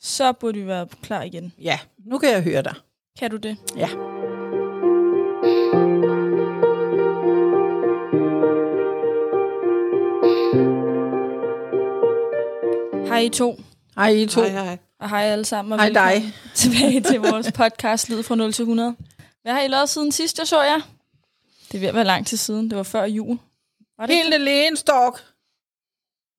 så burde vi være klar igen. Ja, nu kan jeg høre dig. Kan du det? Ja. Hej I to, Hej I to. Hej, hej. og hej alle sammen. Og Hej dig. velkommen Tilbage til vores podcast Lyd fra 0 til 100. Hvad har I lavet siden sidst, jeg så jer? Det er ved at være lang tid siden. Det var før jul. Var det ikke Helt alene, Stork, det?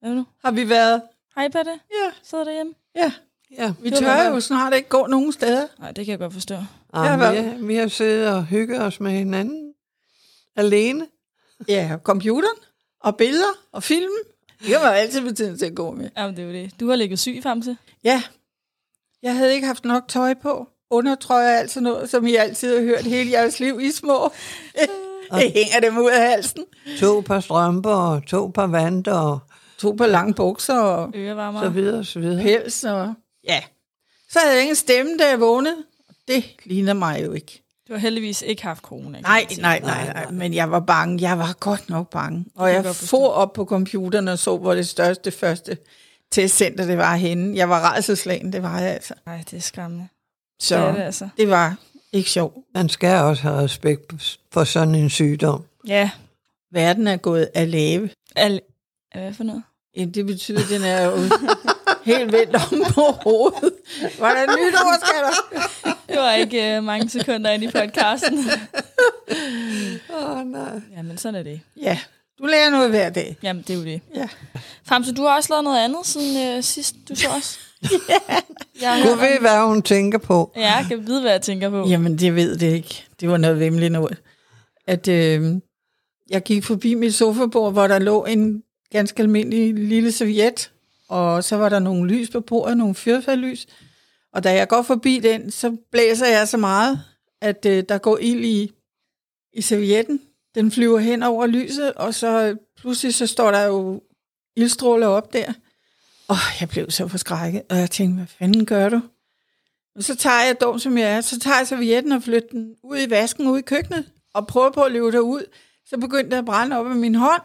Hvad nu? har vi været. Hej, Patte. Ja, Sidder derhjemme? ja. Ja. Vi Det var tør godt. jo snart ikke gå nogen steder. Nej, det kan jeg godt forstå. Ja, Ah, hvad- vi, har, vi har siddet og hygget os med hinanden. Alene. Ja, computeren og billeder og film. Det var altid på tiden til at gå med. Jamen, det er jo det. Du har ligget syg, Famse. Ja, jeg havde ikke haft nok tøj på. Undertrøjer er altså noget, som I altid har hørt hele jeres liv i små. det hænger dem ud af halsen. To par strømper og to par vanter og To på lange bukser og Ørevarmer. så videre og så videre. pels og... Ja. Så havde jeg ingen stemme, da jeg vågnede. Og det ligner mig jo ikke. Du har heldigvis ikke haft corona. kan Nej, man sige. nej, nej, nej, men jeg var bange. Jeg var godt nok bange. Og kan jeg jeg godt forstå. for op på computeren og så, hvor det største første testcenter det var henne. Jeg var redselslagen, det var jeg altså. Nej, det er skræmmende. Så Det er det altså. det var ikke sjovt. Man skal også have respekt for sådan en sygdom. Ja. Verden er gået af lave. Al- Hvad for noget? Jamen, det betyder, at den er jo helt vendt om på hovedet. Var der nytår, skal der? Det var ikke øh, mange sekunder inde i podcasten. Åh oh, nej. Jamen, sådan er det. Ja, du lærer noget hver dag. Jamen, det er jo det. Ja. Famse, du har også lavet noget andet siden øh, sidst, du så os. ja. Jeg Du har, ved, hvad hun tænker på. ja, jeg kan vide, hvad jeg tænker på. Jamen, det ved det ikke. Det var noget vemmeligt noget. At øh, jeg gik forbi mit sofabord, hvor der lå en ganske almindelig lille serviet, og så var der nogle lys på bordet, nogle fyrfærdlys. Og da jeg går forbi den, så blæser jeg så meget, at øh, der går ild i, i servietten. Den flyver hen over lyset, og så øh, pludselig så står der jo ildstråler op der. Og jeg blev så forskrækket, og jeg tænkte, hvad fanden gør du? Og så tager jeg dum, som jeg er, så tager jeg servietten og flytter den ud i vasken, ud i køkkenet, og prøver på at løbe derud. Så begyndte jeg at brænde op af min hånd,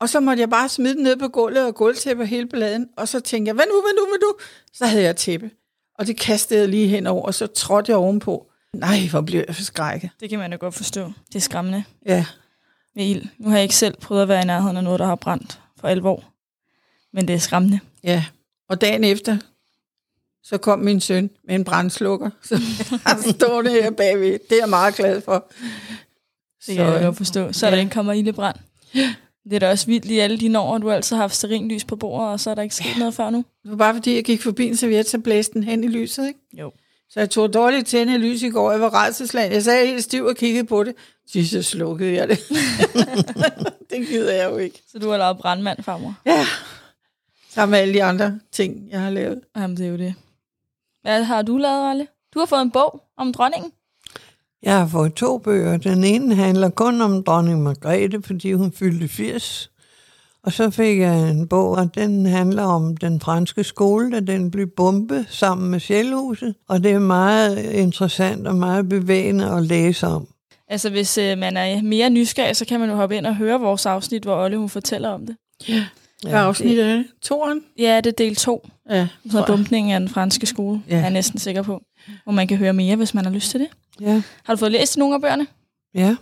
og så måtte jeg bare smide den ned på gulvet og gulvtæppe og hele balladen. Og så tænkte jeg, hvad nu, hvad nu, hvad nu? Så havde jeg et tæppe. Og det kastede jeg lige henover, og så trådte jeg ovenpå. Nej, hvor blev jeg forskrækket. Det kan man jo godt forstå. Det er skræmmende Ja, med ild. Nu har jeg ikke selv prøvet at være i nærheden af noget, der har brændt for alvor. Men det er skræmmende. ja. Og dagen efter, så kom min søn med en brændslukker, som jeg stående her bagved. Det er jeg meget glad for. Det kan jeg øh, godt forstå. Så er der ja. ikke kommer ildebrand. Det er da også vildt i alle dine år, at du altid har haft serinlys på bordet, og så er der ikke sket noget før nu. Det var bare fordi, jeg gik forbi en serviet, så blæste den hen i lyset, ikke? Jo. Så jeg tog dårligt tænde i lys i går, jeg var redselslagen. Jeg sad helt stiv og kiggede på det. Til så slukkede jeg det. det gider jeg jo ikke. Så du har lavet brandmand, farmor. Ja. Sammen med alle de andre ting, jeg har lavet. Jamen, det er jo det. Hvad har du lavet, Olle? Du har fået en bog om dronningen. Jeg har fået to bøger. Den ene handler kun om dronning Margrethe, fordi hun fyldte 80. Og så fik jeg en bog, og den handler om den franske skole, da den blev bombet sammen med Sjælhuset. Og det er meget interessant og meget bevægende at læse om. Altså, hvis øh, man er mere nysgerrig, så kan man jo hoppe ind og høre vores afsnit, hvor Olle hun fortæller om det. Ja, Hvad afsnit er det? Toren? Ja, det er del 2, Ja. som hedder Bumpningen af den franske skole, Ja. ja. er jeg næsten sikker på. Hvor man kan høre mere, hvis man har lyst til det. Ja, Har du fået læst nogle af bøgerne? ja.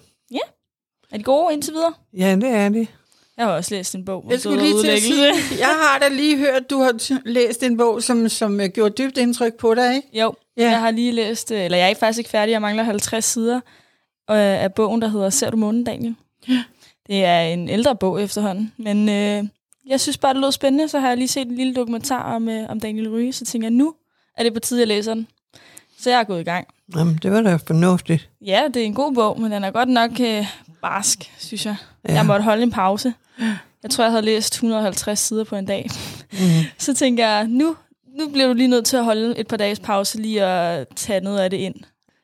Er de gode indtil videre? ja det er det. Jeg har også læst en bog om Jeg skulle død og lige til at ødelæggelse. sige, jeg har da lige hørt, du har t- læst en bog, som, som øh, gjorde dybt indtryk på dig, ikke? Jo, Ja. ja. jeg har lige læst, øh, eller jeg er faktisk ikke færdig, jeg mangler 50 sider øh, af bogen, der hedder Ser du månen, Daniel? Det er en ældre bog efterhånden, men øh, jeg synes bare, det lød spændende, så har jeg lige set en lille dokumentar om, øh, om Daniel Ryge, så tænker jeg, nu er det på tide, jeg læser den. Så jeg er gået i gang. Jamen, det var da fornuftigt. Ja, det er en god bog, men den er godt nok øh, barsk, synes jeg. Ja. Ja. Jeg måtte holde en pause. Jeg tror, jeg havde læst 150 sider på en dag. Mm. Så tænker jeg, nu, nu bliver du lige nødt til at holde et par dages pause, lige at tage noget af det ind.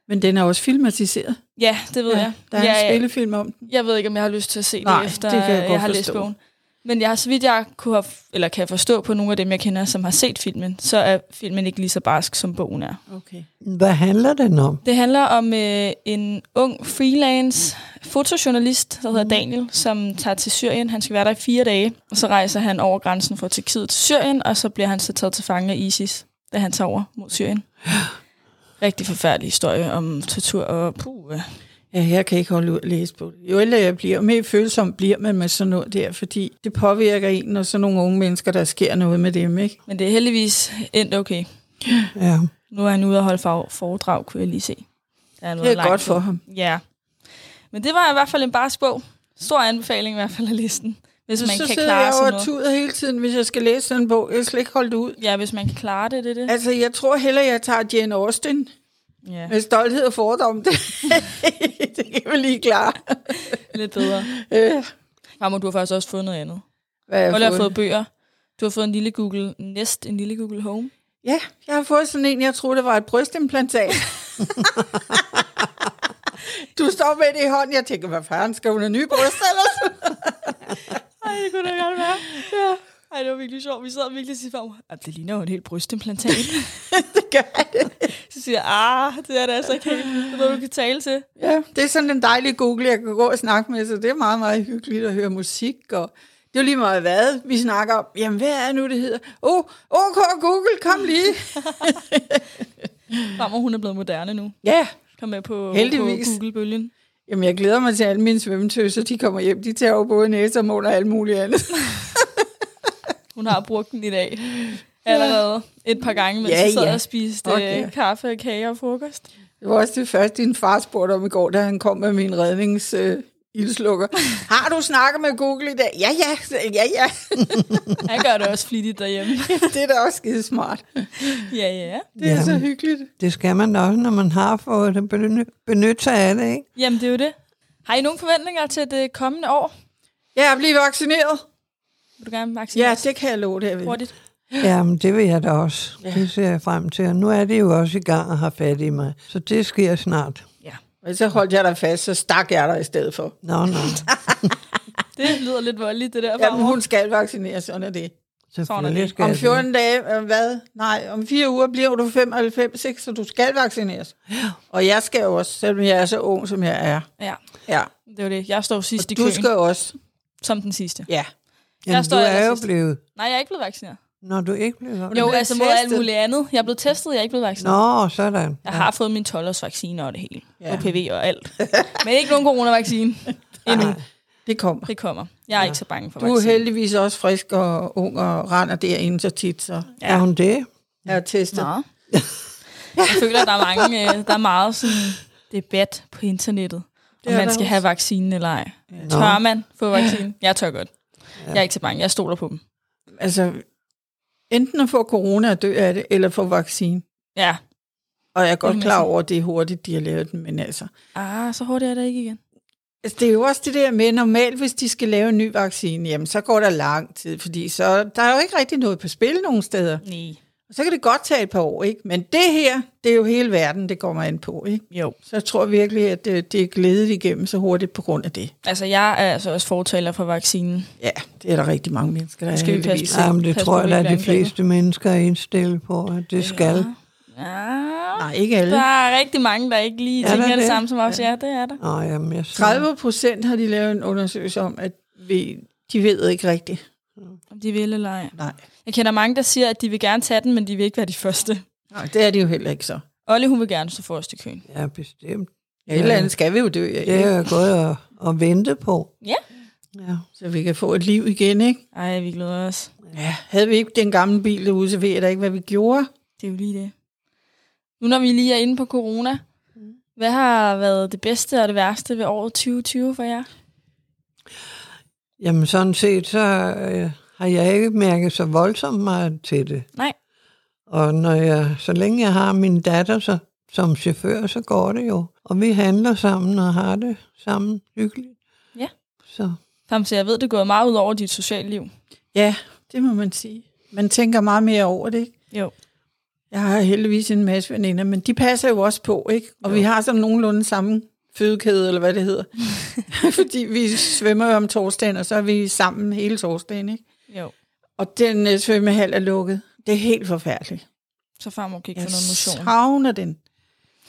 Men den er også filmatiseret. Ja, det ved ja, jeg. Der er jeg, en spillefilm om den. jeg ved ikke, om jeg har lyst til at se Nej, det, efter det kan jeg jeg, godt har læst forstå. bogen. Men jeg har, så vidt jeg kunne have, eller kan forstå på nogle af dem, jeg kender, som har set filmen, så er filmen ikke lige så barsk, som bogen er. Okay. Hvad handler den om? Det handler om øh, en ung freelance fotojournalist, der Mm. hedder Daniel, som tager til Syrien. Han skal være der i fire dage, og så rejser han over grænsen fra Tyrkiet til Syrien, og så bliver han så taget til fange af ISIS. da han tager over mod Syrien. Rigtig forfærdelig historie om tortur og puh. øh. Ja, jeg kan ikke holde ud at læse på det. Jo ældre jeg bliver, jo mere følsom bliver man med sådan noget der, fordi det påvirker en, når sådan nogle unge mennesker, der sker noget med dem, ikke? Men det er heldigvis endt okay. Ja. Nu er han ude og holde fag- foredrag, kunne jeg lige se. Der er, Det er godt for ham. Ja. Men det var i hvert fald en barsk bog. Stor anbefaling i hvert fald af listen. Hvis man så kan sidder klare jeg sådan jo og noget. tuder hele tiden, hvis jeg skal læse sådan en bog. Jeg skal ikke holde det ud. Ja, hvis man kan klare det, det er det. Altså, jeg tror hellere, jeg tager Jane Austen Ja, med stolthed og fordom. Det, det kan vi lige klare. lidt bedre. Øh, Marmor, du har faktisk også fundet noget andet. hvad har Du jeg har fået? fået bøger. Du har fået en lille Google Nest, en lille Google Home. Ja, jeg har fået sådan en, jeg troede, det var et brystimplantat. du står med det i hånden, jeg tænker, hvad fanden, skal hun have nye bryster eller sådan? Ej, det kunne da godt være. Ja. Ej, det var virkelig sjovt. Vi sad virkelig og siger, "Åh, ah, det ligner jo en helt brystimplantat. Det gør det. så siger jeg, ah, det er da altså ikke helt noget, du kan tale til. Ja, det er sådan en dejlig Google, jeg kan gå og snakke med, så det er meget, meget hyggeligt at høre musik, og det er jo lige meget hvad, vi snakker om. Jamen, hvad er det nu, det hedder? Oh, OK, Google, kom lige. Marmor, hun er blevet moderne nu. Ja, Kom med på, Heldigvis. på Google-bølgen. jamen, jeg glæder mig til, at alle mine svømmetøser, de kommer hjem, de tager jo både næse og mund og alt muligt andet. Hun har brugt den i dag. Allerede et par gange, mens Ja, ja, vi sad ja. og spiste Fuck okay. ja. kaffe, kage og frokost. Det var også det første, din far spurgte om i går, da han kom med min rednings... Øh, ildslukker. Har du snakket med Google i dag? Ja, ja, ja, ja. Han gør det også flittigt derhjemme. Det er da også skide smart. ja, ja. Det er Jamen. så hyggeligt. Det skal man da også, når man har fået det. Benytte, benytte sig af det, ikke? Jamen, det er jo det. Har I nogle forventninger til det kommende år? Ja, bliv vaccineret. Vil du gerne Ja, vaccineres det kan jeg love det, jeg vil. hurtigt? Jamen, det vil jeg da også. Ja. Det ser jeg frem til. Og nu er det jo også i gang og har fat i mig. Så det sker snart. Ja. Men så holdt jeg dig fast, så stak jeg dig i stedet for. Nå, nå. Det lyder lidt voldeligt, det der. Jamen, Jamen, hun skal vaccineres, sådan er det. det. Selvfølgelig skal Om jeg det. 14 dage, øh, hvad? Nej, om fire uger bliver du 95, ikke? så du skal vaccineres. Og jeg skal jo også, selvom jeg er så ung, som jeg er. Ja, Ja. det er jo det. Jeg står sidst i Du køen, skal også. som den sidste. Ja. Jeg Jamen, står du er jo allersidst. blevet... Nej, jeg er ikke blevet vaccineret. Når du ikke blev Jo, blevet altså mod alt testet? muligt andet. Jeg er blevet testet, jeg er ikke blevet vaccineret. Nå, sådan. Jeg har fået min 12-års vaccine og det hele. Ja. Ja. OPV og alt. Men ikke nogen coronavaccine endnu. Det kommer. Det kommer. Jeg er ja. ikke så bange for Du er vaccine. heldigvis også frisk og ung og render derinde så tit, så Ja. Er hun det? jeg er testet. Nå. Jeg føler, at der er, mange, øh, der er meget sådan debat på internettet, om er man der skal også. have vaccinen eller ej. Tør man få vaccinen? Jeg tør godt. Jeg er ikke så bange. Jeg stoler på dem. Altså, enten at få corona og dø af det, eller få vaccine. Ja. Og jeg er godt Jamen, klar altså. over, at det er hurtigt, de har lavet den, men altså... Ah, så hurtigt er det ikke igen. Altså, det er jo også det der med, normalt hvis de skal lave en ny vaccine, jamen så går der lang tid, fordi så, der er jo ikke rigtig noget på spil nogen steder. Nej. Og så kan det godt tage et par år, ikke? Men det her, det er jo hele verden, det kommer an på, ikke? Jo. Så jeg tror virkelig, at øh, det, det er glædet igennem så hurtigt på grund af det. Altså, jeg er altså også fortaler for vaccinen. Ja, det er der rigtig mange mennesker, der er Skal vi passe heldigvis, på? ikke? Jamen, det Pas på, tror vi jeg, at ikke de bliver angrebet. fleste mennesker er indstillet på, at det skal. Ja. Nej, ikke alle. Der er rigtig mange, der ikke lige Er tænker der det, det? samme som os. Ja, det er der. Nå, jamen, jeg siger- 30 procent har de lavet en undersøgelse om, at vi, de ved ikke rigtigt. Om de vil eller ej. Nej. Jeg kender mange, der siger, at de vil gerne tage den, men de vil ikke være de første. Nej, det er de jo heller ikke så. Olle, hun vil gerne stå forrest i køen. Ja, bestemt. Ja, et eller andet skal vi jo dø af, Det ikke? er jeg gået og, og vente på. Ja. Ja. så vi kan få et liv igen, ikke? Ej, vi glæder os. Ja, havde vi ikke den gamle bil derude, så ved jeg da ikke, hvad vi gjorde. Det er jo lige det. Nu når vi lige er inde på corona, hvad har været det bedste og det værste ved året 2020 for jer? Jamen, sådan set, så øh, har jeg ikke mærket så voldsomt meget til det. Nej. Og når jeg, så længe jeg har min datter så, som chauffør, så går det jo. Og vi handler sammen og har det sammen hyggeligt. Ja. Så Samtidig, jeg ved, det er gået meget ud over dit sociale liv. Ja, det må man sige. Man tænker meget mere over det, ikke? Jo. Jeg har heldigvis en masse veninder, men de passer jo også på, ikke? Og jo. vi har sådan nogenlunde samme fødekæde, eller hvad det hedder. Fordi vi svømmer jo om torsdagen, og så er vi sammen hele torsdagen, ikke? Jo. Og den øh, svømmehal er lukket. Det er helt forfærdeligt. Så farmor kan ikke Jeg få noget motion. savner den.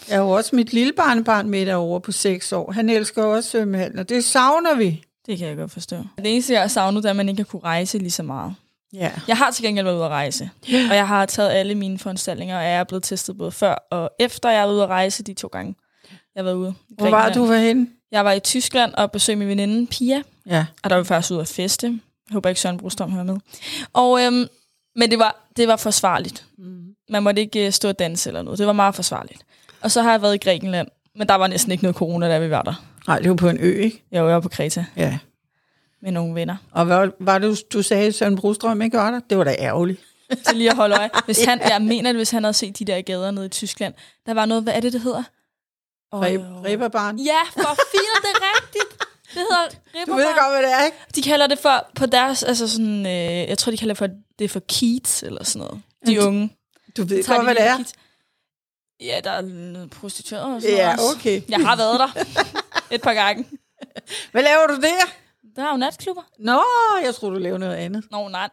Jeg har jo også mit lille barnebarn med derovre på 6 år. Han elsker jo også svømmehallen, og det savner vi. Det kan jeg godt forstå. Det eneste, jeg har savnet, det er, at man ikke har kunne rejse lige så meget. Ja. Jeg har til gengæld været ude at rejse, Ja. og jeg har taget alle mine foranstaltninger, og jeg er blevet testet både før og efter, jeg er ude at rejse de to gange. Jeg har været ude. i Hvor var Grækenland. du henne? Jeg var i Tyskland og besøgte min veninde Pia, Ja. og der var vi faktisk ude at feste. Jeg håber ikke, Søren Brostrøm hører med. Og, øhm, men det var, det var forsvarligt. Mm. Man måtte ikke øh, stå og danse eller noget. Det var meget forsvarligt. Og så har jeg været i Grækenland, men der var næsten ikke noget corona, da vi var der. Nej, det var på en ø, ikke? Jeg var jo på Kreta Ja. med nogle venner. Og hvad var det, du sagde, Søren Brostrøm ikke var der? Det var da ærgerligt. til lige at holde øje. Hvis han, jeg mener, at hvis han havde set de der gader nede i Tyskland, der var noget, hvad er det, det hedder? Oh, Reb, Reberbarn. Ja, for fint, det er rigtigt. Det hedder Du ved Ribberbar. godt, hvad det er, ikke? De kalder det for, på deres, altså sådan, øh, jeg tror, de kalder det for, det er for kids eller sådan noget. De Ja, de- unge. Du ved Tager godt, de hvad lige det er. kids. Ja, der er noget prostituerede og sådan Ja, noget også. okay. Jeg har været der et par gange. Hvad laver du der? Der er jo natklubber. Nå, jeg tror du laver noget andet. Nå, nej.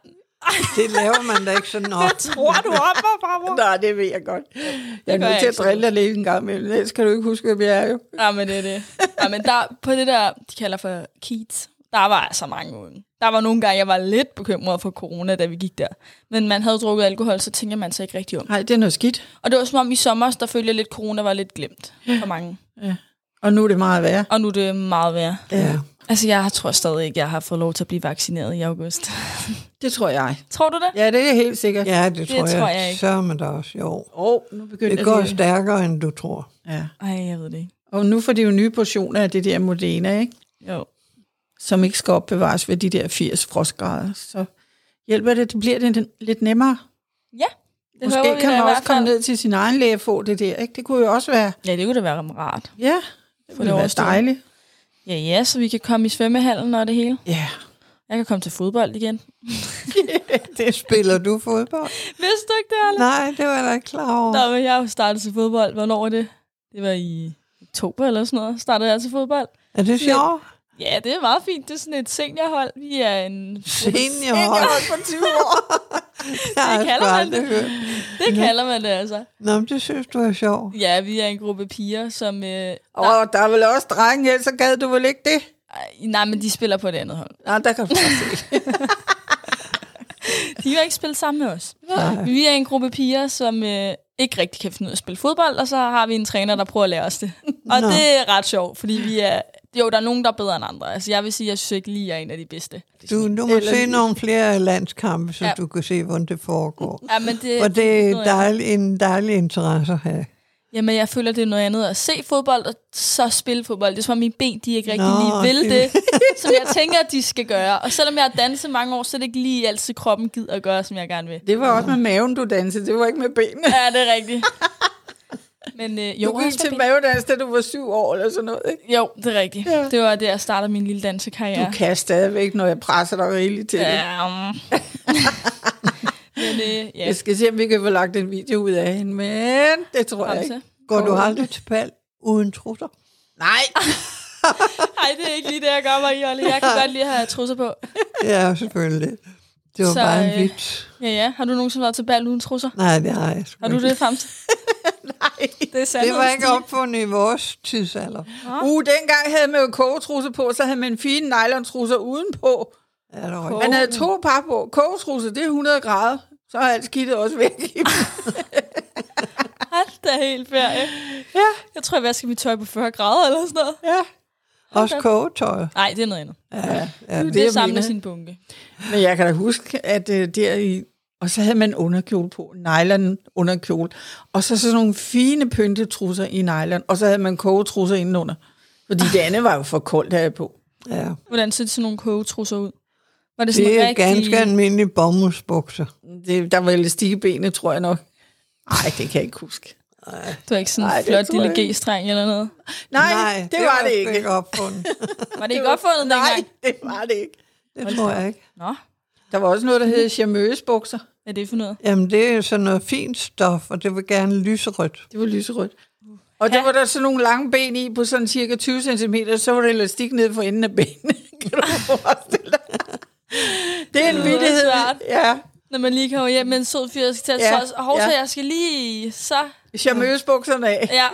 Det laver man da ikke sådan op. Tror du om mig, farmor? Nej, det ved jeg godt. Jeg er gør jeg nødt til ikke at så drille dig lidt en gang imellem. Ellers kan du ikke huske, hvem jeg er jo. Ja, men det er det. Ja, men der, på det der, de kalder for kids, der var altså mange unge. Der var nogle gange, jeg var lidt bekymret for corona, da vi gik der. Men man havde drukket alkohol, så tænker man sig ikke rigtig om. Nej, det er noget skidt. Og det var som om i sommer, der følte jeg lidt, corona var lidt glemt for mange. Og nu er det meget værre. Og nu er det meget værre. Ja. Altså, jeg tror stadig ikke, jeg har fået lov til at blive vaccineret i august. Det tror jeg. Tror du det? Ja, det er helt sikkert. Åh, ja, det tror tror jeg, jeg ikke. Altså, Så med dig også, jo. oh, nu begynder Det går stærkere, end du tror. Ja. Ej, jeg ved det ikke. Og nu får de jo nye portioner af det der Modena, ikke? Jo. som ikke skal opbevares ved de der 80 frostgrader. Så hjælper det, det bliver det lidt- lidt nemmere. Ja, det Måske håber vi kan da i man også hvert fald. komme ned til sin egen læge og få det der. Ikke? Det kunne jo også være, Ja, det kunne da være rart. ja, det det ville være overstået. dejligt. Ja, ja, så vi kan komme i svømmehallen og det hele. Ja. Jeg kan komme til fodbold igen. Det spiller du fodbold? Vidste du ikke det, Arla? Nej, det var jeg da ikke klar over. Nå, men jeg har jo startet til fodbold. Hvornår var det? Det var i oktober eller sådan noget. Startede jeg til fodbold. Er det sjovt? Ja, det er meget fint. Det er sådan et seniorhold. Vi er en... Seniorhold. på 20 år. Jeg har kalder sgu man aldrig det. hørt. Det kalder man det altså. Nå, men det synes du er sjovt. Ja, vi er en gruppe piger, som... Øh, Og der er vel også drenge, ellers så gad du vel ikke det? ej, nej, men de spiller på et andet hold. Nej, der kan du faktisk ikke. De vil ikke spille sammen med os. Vi er en gruppe piger, som øh, ikke rigtig kan finde ud af at spille fodbold, og så har vi en træner, der prøver at lære os det. Og Nå. det er ret sjovt, fordi vi er... Jo, der er nogen, der er bedre end andre. Altså, jeg vil sige, at jeg synes ikke lige, jeg er en af de bedste. Du, du må Eller- se nogle flere landskampe, så Ja. du kan se, hvordan det foregår. Ja, men det, Og det er noget andet. dejlig, en dejlig interesse at have. Jamen, jeg føler, det er noget andet at se fodbold, og så spille fodbold. Det er som om mine ben, de ikke rigtig Nå, Nå, lige vil det, det- som jeg tænker, de skal gøre. Og selvom jeg har danset mange år, så er det ikke lige altid kroppen gider at gøre, som jeg gerne vil. Det var også med maven, du dansede. Det var ikke med benene. Ja, det er rigtigt. Men øh, jo, du gik også med til mavedans, da du var syv år eller sådan noget. Ikke? ben. jo, det er rigtigt. Ja. Ja. Det var der, jeg startede min lille Du dansekarriere. kan stadigvæk, når jeg presser dig rigeligt til det. Ja, um. Men øh, ja, Jeg skal se, om vi kan få lagt en video ud af hende, men det tror jeg Bamse. ikke. Går du Åh. aldrig til pal uden trutter? Nej, Ej, det er ikke lige det, jeg gør mig i, Olle. Jeg kan godt lige have trusser på. Ja, selvfølgelig. Det var Så, så, bare en øh, vits. Ja, ja. Har du nogensinde været til bal uden trusser? Nej, det har jeg sgu Har du ikke. det, Famse? Nej. Det, er Det var sandhedens ikke opfundet i vores tidsalder. Uh, dengang havde man jo kogetrusser på, så havde man fine nylontrusser udenpå. Er der Kog. ikke? Man havde to par på. Kogetrusser, det er 100 grader. Så er alt skidtet også væk. Hold da helt ferie. ja, Jeg tror, jeg vasker mit tøj på 40 grader eller sådan noget. ja. Også kogetøj. Nej, det er noget andet. Ja, ja. Det, det er jeg sammen med mener. sin bunke. Men jeg kan da huske, at øh, der i... Og så havde man underkjole på, nylon underkjole. Og så sådan nogle fine pyntetrusser i nylon. Og så havde man kogetrusser indenunder. Fordi det andet var jo for koldt her på. ja. Hvordan ser sådan nogle kogetrusser ud? Var det sådan Det er rigtig... ganske almindelige bomuldsbukser. Det, der var elastik i benene, tror jeg nok. Nej, det kan jeg ikke huske. Du var ikke sådan Nej, en det flot tror lille jeg ikke. G-streng eller noget? Nej, Nej det, det var, det sgu ikke. opfundet. Var det ikke opfundet Nej, dengang? det var det ikke. Det tror jeg ikke. Nå, Der var også noget, der hed charmeusbukser. hvad er det for noget? Jamen, det er sådan noget fint stof, og det vil gerne lyserødt. Det var lyserødt. Og der var der sådan nogle lange ben i på sådan cirka 20 cm, så var der elastik ned for enden af benene. Kan du forestille dig? Det er en lyder vildighed. svært. Ja. Når man lige kommer hjem med en sød fyr, og skal tage Ja, ja, og hov, ja. så jeg skal lige... Så... Charmeusbukserne af. Ja.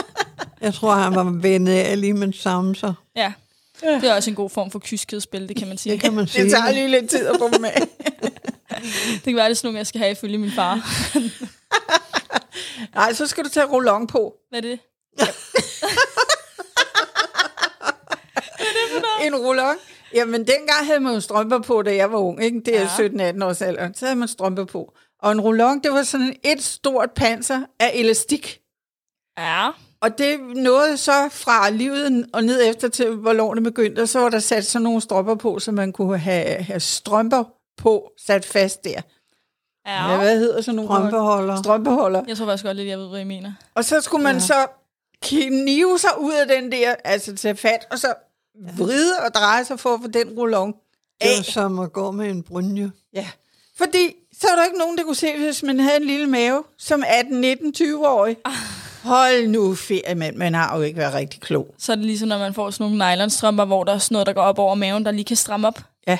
Jeg tror, han var vendet af lige med det samme, så ja. Det er også en god form for kyskhedsspil, det kan man sige. det kan man sige. Det tager lige lidt tid at få dem af. Det kan være, det er sådan nogle, jeg skal have ifølge min far. Nej, så skal du tage roulon på. Hvad er det? En roulon. Jamen, dengang havde man jo strømper på, da jeg var ung, ikke? Det er ja. 17-18 års alder. Så havde man strømper på. Og en roulon, det var sådan et stort panser af elastik. Ja. Og det nåede så fra livet og ned efter til, hvor lårene begyndte, og så var der sat sådan nogle stropper på, så man kunne have, have strømper på sat fast der. Ja. Ja. Hvad hedder sådan nogle? Strømpeholder. Strømpeholder. Jeg tror faktisk godt lidt, jeg ved, hvad I mener. Og så skulle man ja. så knive sig ud af den der, altså tage fat, og så vride og dreje sig for at få den rullon Det af. var som at gå med en brynje. Ja. Fordi så var der ikke nogen, der kunne se, hvis man havde en lille mave, som 18, 19, 20-årig. Hold nu ferie, mand. Man har jo ikke været rigtig klog. Så er det ligesom, når man får sådan nogle nylonstrømper, hvor der er sådan noget, der går op over maven, der lige kan stramme op. Ja.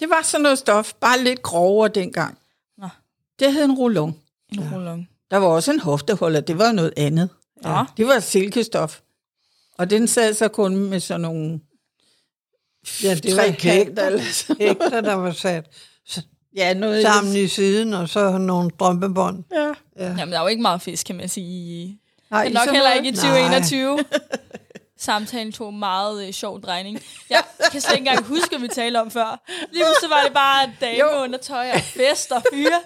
Det var sådan noget stof, bare lidt grovere dengang. Nå. Det hed en rullon. En ja. rullong. Der var også en hofteholder, det var noget andet. Nå. Det var silkestof. Og den sad så kun med sådan nogle Ja, det var trekanter. hægter, eller sådan. hægter, der var sat Ja, noget sammen i siden, og så nogle strømpebånd. Ja. Jamen, der er jo ikke meget fisk, kan man sige. i- Nej, Men nok sådan heller noget. ikke i 2021. Samtalen tog en meget øh, sjov drejning. Jeg kan slet ikke engang huske, hvad vi talte om før. Lige pludselig var det bare dame Jo. under tøj og fest og fyre.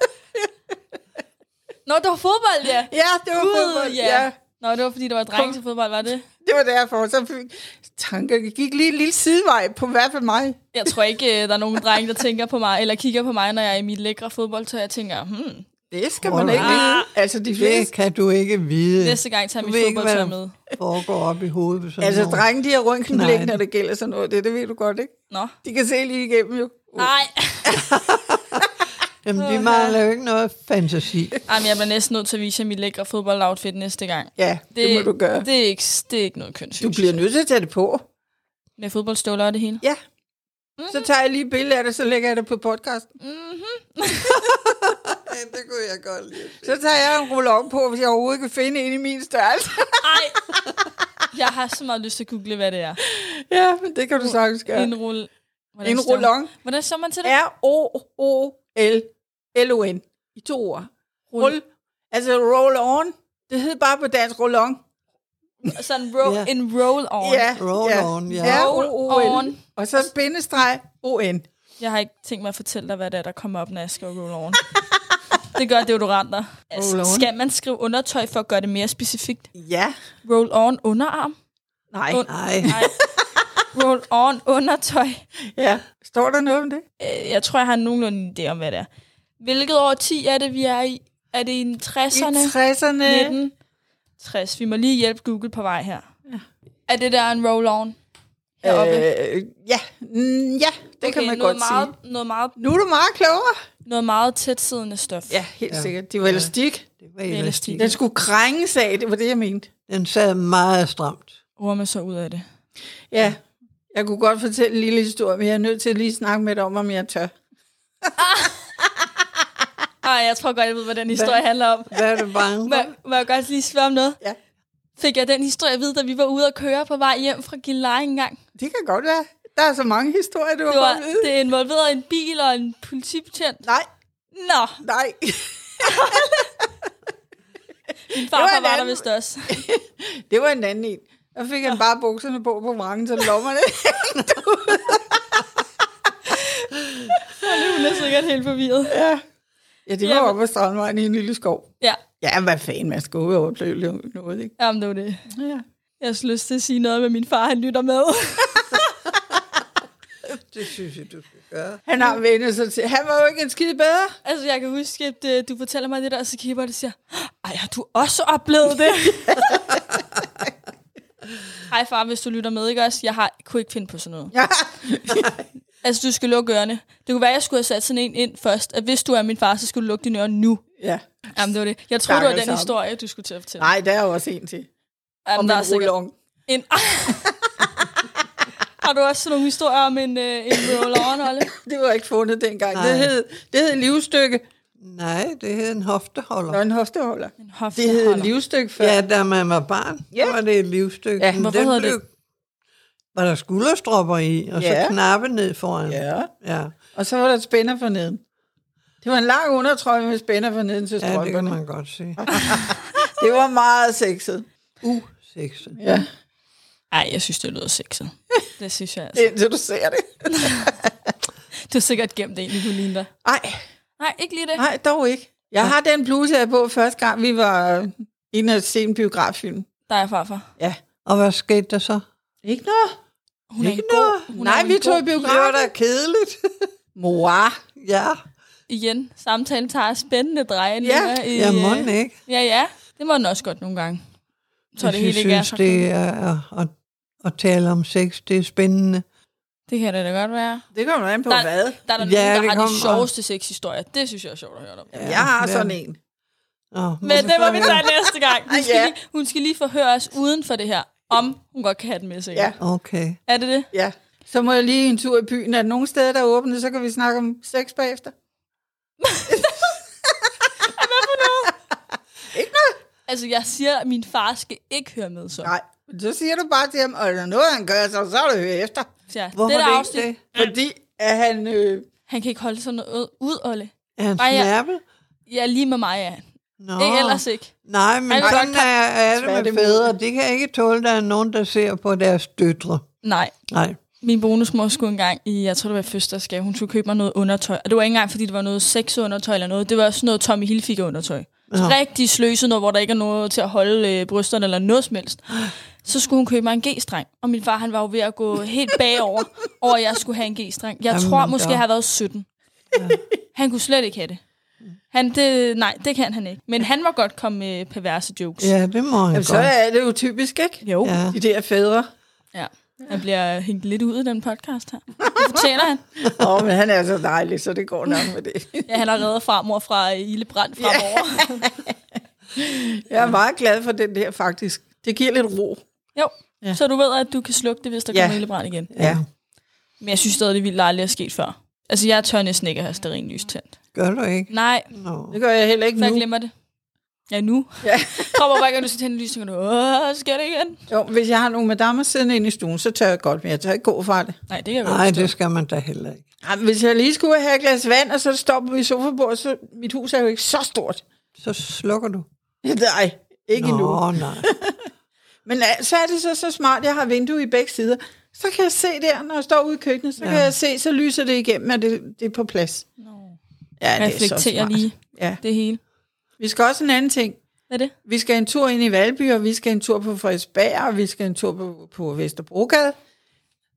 Nå, det var fodbold, ja. Ja, det var Gud, fodbold. ja. ja. Nå, det var fordi, der var drenge til fodbold, var det? Det var derfor. Så fik tankerne gik lige en lille sidevej på hvert fald mig. Jeg tror ikke, øh, der er nogen drenge, der tænker på mig, eller kigger på mig, når jeg er i mit lækre fodboldtøj. Jeg tænker, hmm, Det skal Hold man ikke da. vide. Altså, de Det fleste... kan du ikke vide. næste gang tager jeg Du mit ved ikke, fodboldtøj hvad med. der foregår op i hovedet. på Sådan Altså, nogen. drenge, de har røntgenblik, Nej. når det gælder sådan noget. Det, det ved du godt, ikke? Nå, De kan se lige igennem, jo. nej. Jamen, de maler jo ikke noget fantasi. Jamen, jeg bliver næsten nødt til at vise jer mit lækre fodboldoutfit næste gang. Ja, det, det må du gøre. Det, Det er ikke, det er ikke noget kønssygt. du bliver nødt til at tage det på. Med fodboldstøvler og det hele. Ja. Så tager jeg lige et billede af det, så lægger jeg det på podcasten. det kunne jeg godt lide. Mm-hmm. Så tager jeg en rullon på, hvis jeg overhovedet kan finde en i min størrelse. Ej. Jeg har så meget lyst til at google, hvad det er. ja, men det kan du sagtens gøre. En rulle... Hvordan En står- rullon. Hvordan står man til det? R-O-O-L-L-O-N. I to ord. Rull. Altså roll on. Det hed bare på dansk roll on. Sådan ro- Ja. en roll on. Roll on, ja. Roll R-O-O-L. on. Og så bindestreg O-N. Jeg har ikke tænkt mig at fortælle dig, hvad det er, der kommer op, når jeg skriver roll on. det gør deodoranter. Roll Altså, on. skal man skrive undertøj for at gøre det mere specifikt? Ja. Roll on underarm? Nej. Und- Nej, Nej. roll on undertøj. Ja. Står der noget om det? Øh, Jeg tror, jeg har nogenlunde en idé om, hvad det er. Hvilket år 10 er det, vi er i? Er det i I 60'erne? 60'erne. 1960. Vi må lige hjælpe Google på vej her. Ja. Er det der en roll-on heroppe? Øh, ja. Mm, ja, det okay, kan man noget godt meget, sige. Noget meget, Nu er du meget klogere. noget meget tætsiddende stof. Ja, helt ja. sikkert. Det var elastik. det var elastik. elastik. Den skulle krænges af, det var det, jeg mente. Den sad meget stramt. Hvor man så ud af det. Ja, jeg kunne godt fortælle en lille historie, men jeg er nødt til at lige snakke med dig om, om jeg tør. Ej, jeg tror godt, jeg ved, hvad den historie Hva? handler om. Hvad er du bange Må, for? må jeg godt lige spørge om noget? Ja. Fik jeg den historie at vide, da vi var ude at køre på vej hjem fra Gilleleje engang? Det kan godt være. Der er så mange historier, du har Det, var, fået at vide. det involverede en bil og en politibetjent. Nej, Nå, nej. min farfar en var der anden- vist også. Det var en anden en. Der fik han bare bukserne på på vrangen, så lommerne. Hun er sikkert helt forvirret. ja. ja, det var Jamen. oppe på Strandvejen i en lille skov. Ja, Ja, hvad fanden, man skal ud og opleve noget, ikke? jamen det var det. Ja. Jeg har så lyst til at sige noget, men min far han lytter med. Det synes jeg, du skal gøre. Han har vendt sig til. Han var jo ikke en skide bedre. altså, jeg kan huske, at øh, du fortæller mig det der, og så kigger jeg på det og siger, ej, har du også oplevet det? Hej far, hvis du lytter med, ikke også? Jeg har, kunne ikke finde på sådan noget. Ja. Altså, du skal lukke ørerne. Det kunne være, at jeg skulle have sat sådan en ind først, at hvis du er min far, så skulle du lukke dine ører nu. ja. Jamen, det var det. Jeg troede, det var den Stakkels ham. historie, du skulle til at fortælle. Nej, der er jo også en til. Jamen, Om der en er sikkert rullong. en... har du også sådan nogle historier om en, øh, en roll-on, Olle? Det var ikke fundet dengang. Nej. Det hed, det hed livstykke. Nej, det hed en hofteholder. Nå, en hofteholder. En hofte, Det hed livstykke før. Ja, da man var barn, Ja. ja. var det et livstykke. Ja, Men hvorfor den hedder det- Var der skulderstropper i, og Ja. så knappe ned foran. ja. ja. Og så var der et spænder forneden. Det var en lang undertrøje med spænder fra neden til Ja, det kan strømperne. man godt se. Ah. det var meget sexet. Sexet. Ja, Nej, jeg synes, det lyder sexet. Det synes jeg altså. indtil du ser det. Du har sikkert gemt en, Nicoline, der. Nej, Nej, ikke lige det. nej, dog ikke. Jeg har den bluse, jeg på første gang, vi var inde og se en biograffilm. Der er farfar. Ja. Og hvad skete der så? Ikke noget? Hun er Ikke en god. Hun er Nej, en vi god- tog i biografen. kedeligt. Mor. ja, Igen, samtalen tager spændende drejninger. Ja, i, jeg øh, må ikke. Ja, ja. Det må den også godt nogle gange. Så det Hvis I hele ikke er synes, så det er at, at, at tale om sex, det er spændende. Det kan det da godt være. Det kommer an på Der- hvad. Der er der Ja, ja, nogen, det der har de kommer- sjoveste sexhistorier. Det synes jeg er sjovt at høre om. Jamen, jeg har Ja. sådan en. Nå, Men det må vi tage næste gang. Hun skal, Ja. lige, hun skal lige forhøre os uden for det her, om hun godt kan have den med sig. Ja. Okay. Er det det? Ja. Så må jeg lige en tur i byen. Er der nogen steder, der er åbne, så kan vi snakke om sex bagefter. Altså, jeg siger, at min far skal ikke høre med så. Nej. Så siger du bare til ham, og er der noget, han gør, så, så er det høre efter. Så jeg, Hvorfor det der det afsnit, ikke det? Fordi at han... Øh, han kan ikke holde sådan noget ud, Olle. Er han Ej, ja. snærpet? Ja, lige med mig, ja. Nå. Ikke ellers ikke. Nej, men Han vil sådan godt- er, er det med Tværtimod. fædre. De kan ikke tåle, at der er nogen, der ser på deres døtre. Nej. Nej. Min bonusmor skulle engang i, jeg tror det var i fødselsdagsgave, hun skulle købe mig noget undertøj. Og det var ikke engang, fordi det var noget sexundertøj eller noget. Det var sådan noget Tommy Hilfiger undertøj. Ja. Rigtig sløset noget, hvor der ikke er noget til at holde øh, brysterne eller noget som helst. Så skulle hun købe mig en G-streng. Og min far, han var jo ved at gå helt bagover, over at jeg skulle have en G-streng. Jeg Jamen, tror men måske, der- jeg har været 17. Ja. Han kunne slet ikke have det. Han, det. Nej, det kan han ikke. Men han må godt komme med perverse jokes. Ja, det må han jamen, så godt. er det jo typisk, ikke? Jo. Ja. De der fædre. Ja. Han bliver hængt lidt ud i den podcast her. Det fortjener han. Åh, oh, men han er så dejlig, så det går nok med det. Ja, han har reddet farmor fra ildebrand fremover. Jeg er meget glad for den der, faktisk. Det giver lidt ro. Jo, ja. så du ved, at du kan slukke det, hvis der Ja. kommer ildebrand igen. Ja. Men jeg synes stadig, det er vildt aldrig er sket før. Altså, jeg tør næsten ikke at have sterinlys tændt. Gør du ikke? Nej, Nå. Det gør jeg heller ikke for jeg nu. glemmer det. Ja, nu. Ja. kommer bare ikke, når du skal tænde lys, så tænker du, åh, sker det igen? Jo, hvis jeg har nogle madammer siddende inde i stuen, så tør jeg godt, men jeg tør ikke gå fra det. Nej, det kan jeg Nej, godt det det... skal man da heller ikke. Ej, Hvis jeg lige skulle have et glas vand, og så stopper vi i sofabordet, så mit hus er jo ikke så stort. Så slukker du. Nej, ikke Nå, endnu. nej. Men øh, så er det så, så smart, jeg har vindue i begge sider. Så kan jeg se der, når jeg står ude i køkkenet, så ja. kan jeg se, så lyser det igennem, at det, det er på plads. Ja, det er så Reflekterer smart. lige Ja. det hele. Vi skal også en anden ting. Hvad er det? Vi skal en tur ind i Valby, og vi skal en tur på Frederiksberg, og vi skal en tur på, på Vesterbrogade.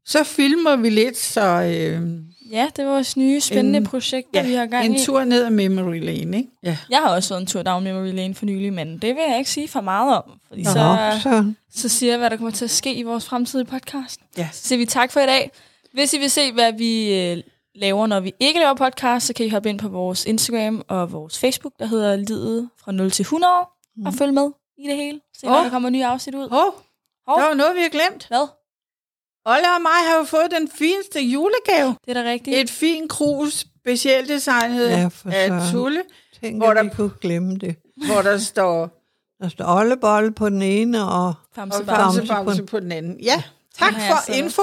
Så filmer vi lidt, så øh, Ja, det er vores nye spændende En- projekt, der vi har ja, gang i. en tur ned ad memory lane. Ikke? Ja. Jeg har også været en tur down memory lane for nylig, men det vil jeg ikke sige for meget om. Fordi Nå, så, så så siger jeg, hvad der kommer til at ske i vores fremtidige podcast. Ja. Så siger vi tak for i dag. Hvis I vil se, hvad vi øh, laver, når vi ikke laver podcast, så kan I hoppe ind på vores Instagram og vores Facebook, der hedder Livet fra 0 til 100, mm. og følg med i det hele. Se, når Mhm. Åh. der kommer nye afsnit ud. Hov, Hov. der var noget, vi har glemt. Hvad? Olle og mig har jo fået den fineste julegave. Det er da rigtigt. Et fint krus, specielt designet Ja, ja, for af søren. Tulle, tænker Hvor jeg, der- vi kunne glemme det. hvor der står Der står ollebolle på den ene, og, og Famsebarn. Bamse på bamsebamse den- på den anden. Ja, tak Den har for jeg info.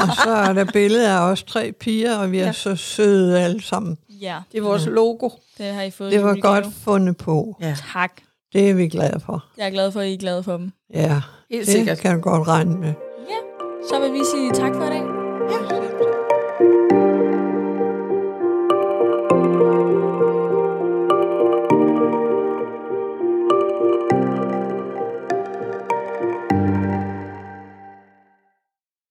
og så er der billeder af os tre piger, og vi er Ja. så søde alle sammen. Ja, Det er vores logo. det har I fået. i Det var julegave. godt fundet på. Ja, Tak. Det er vi glade for. Jeg er glad for, at I er glade for dem. Ja, helt sikkert. det kan du godt regne med. Ja, så vil vi sige tak for i dag. Ja.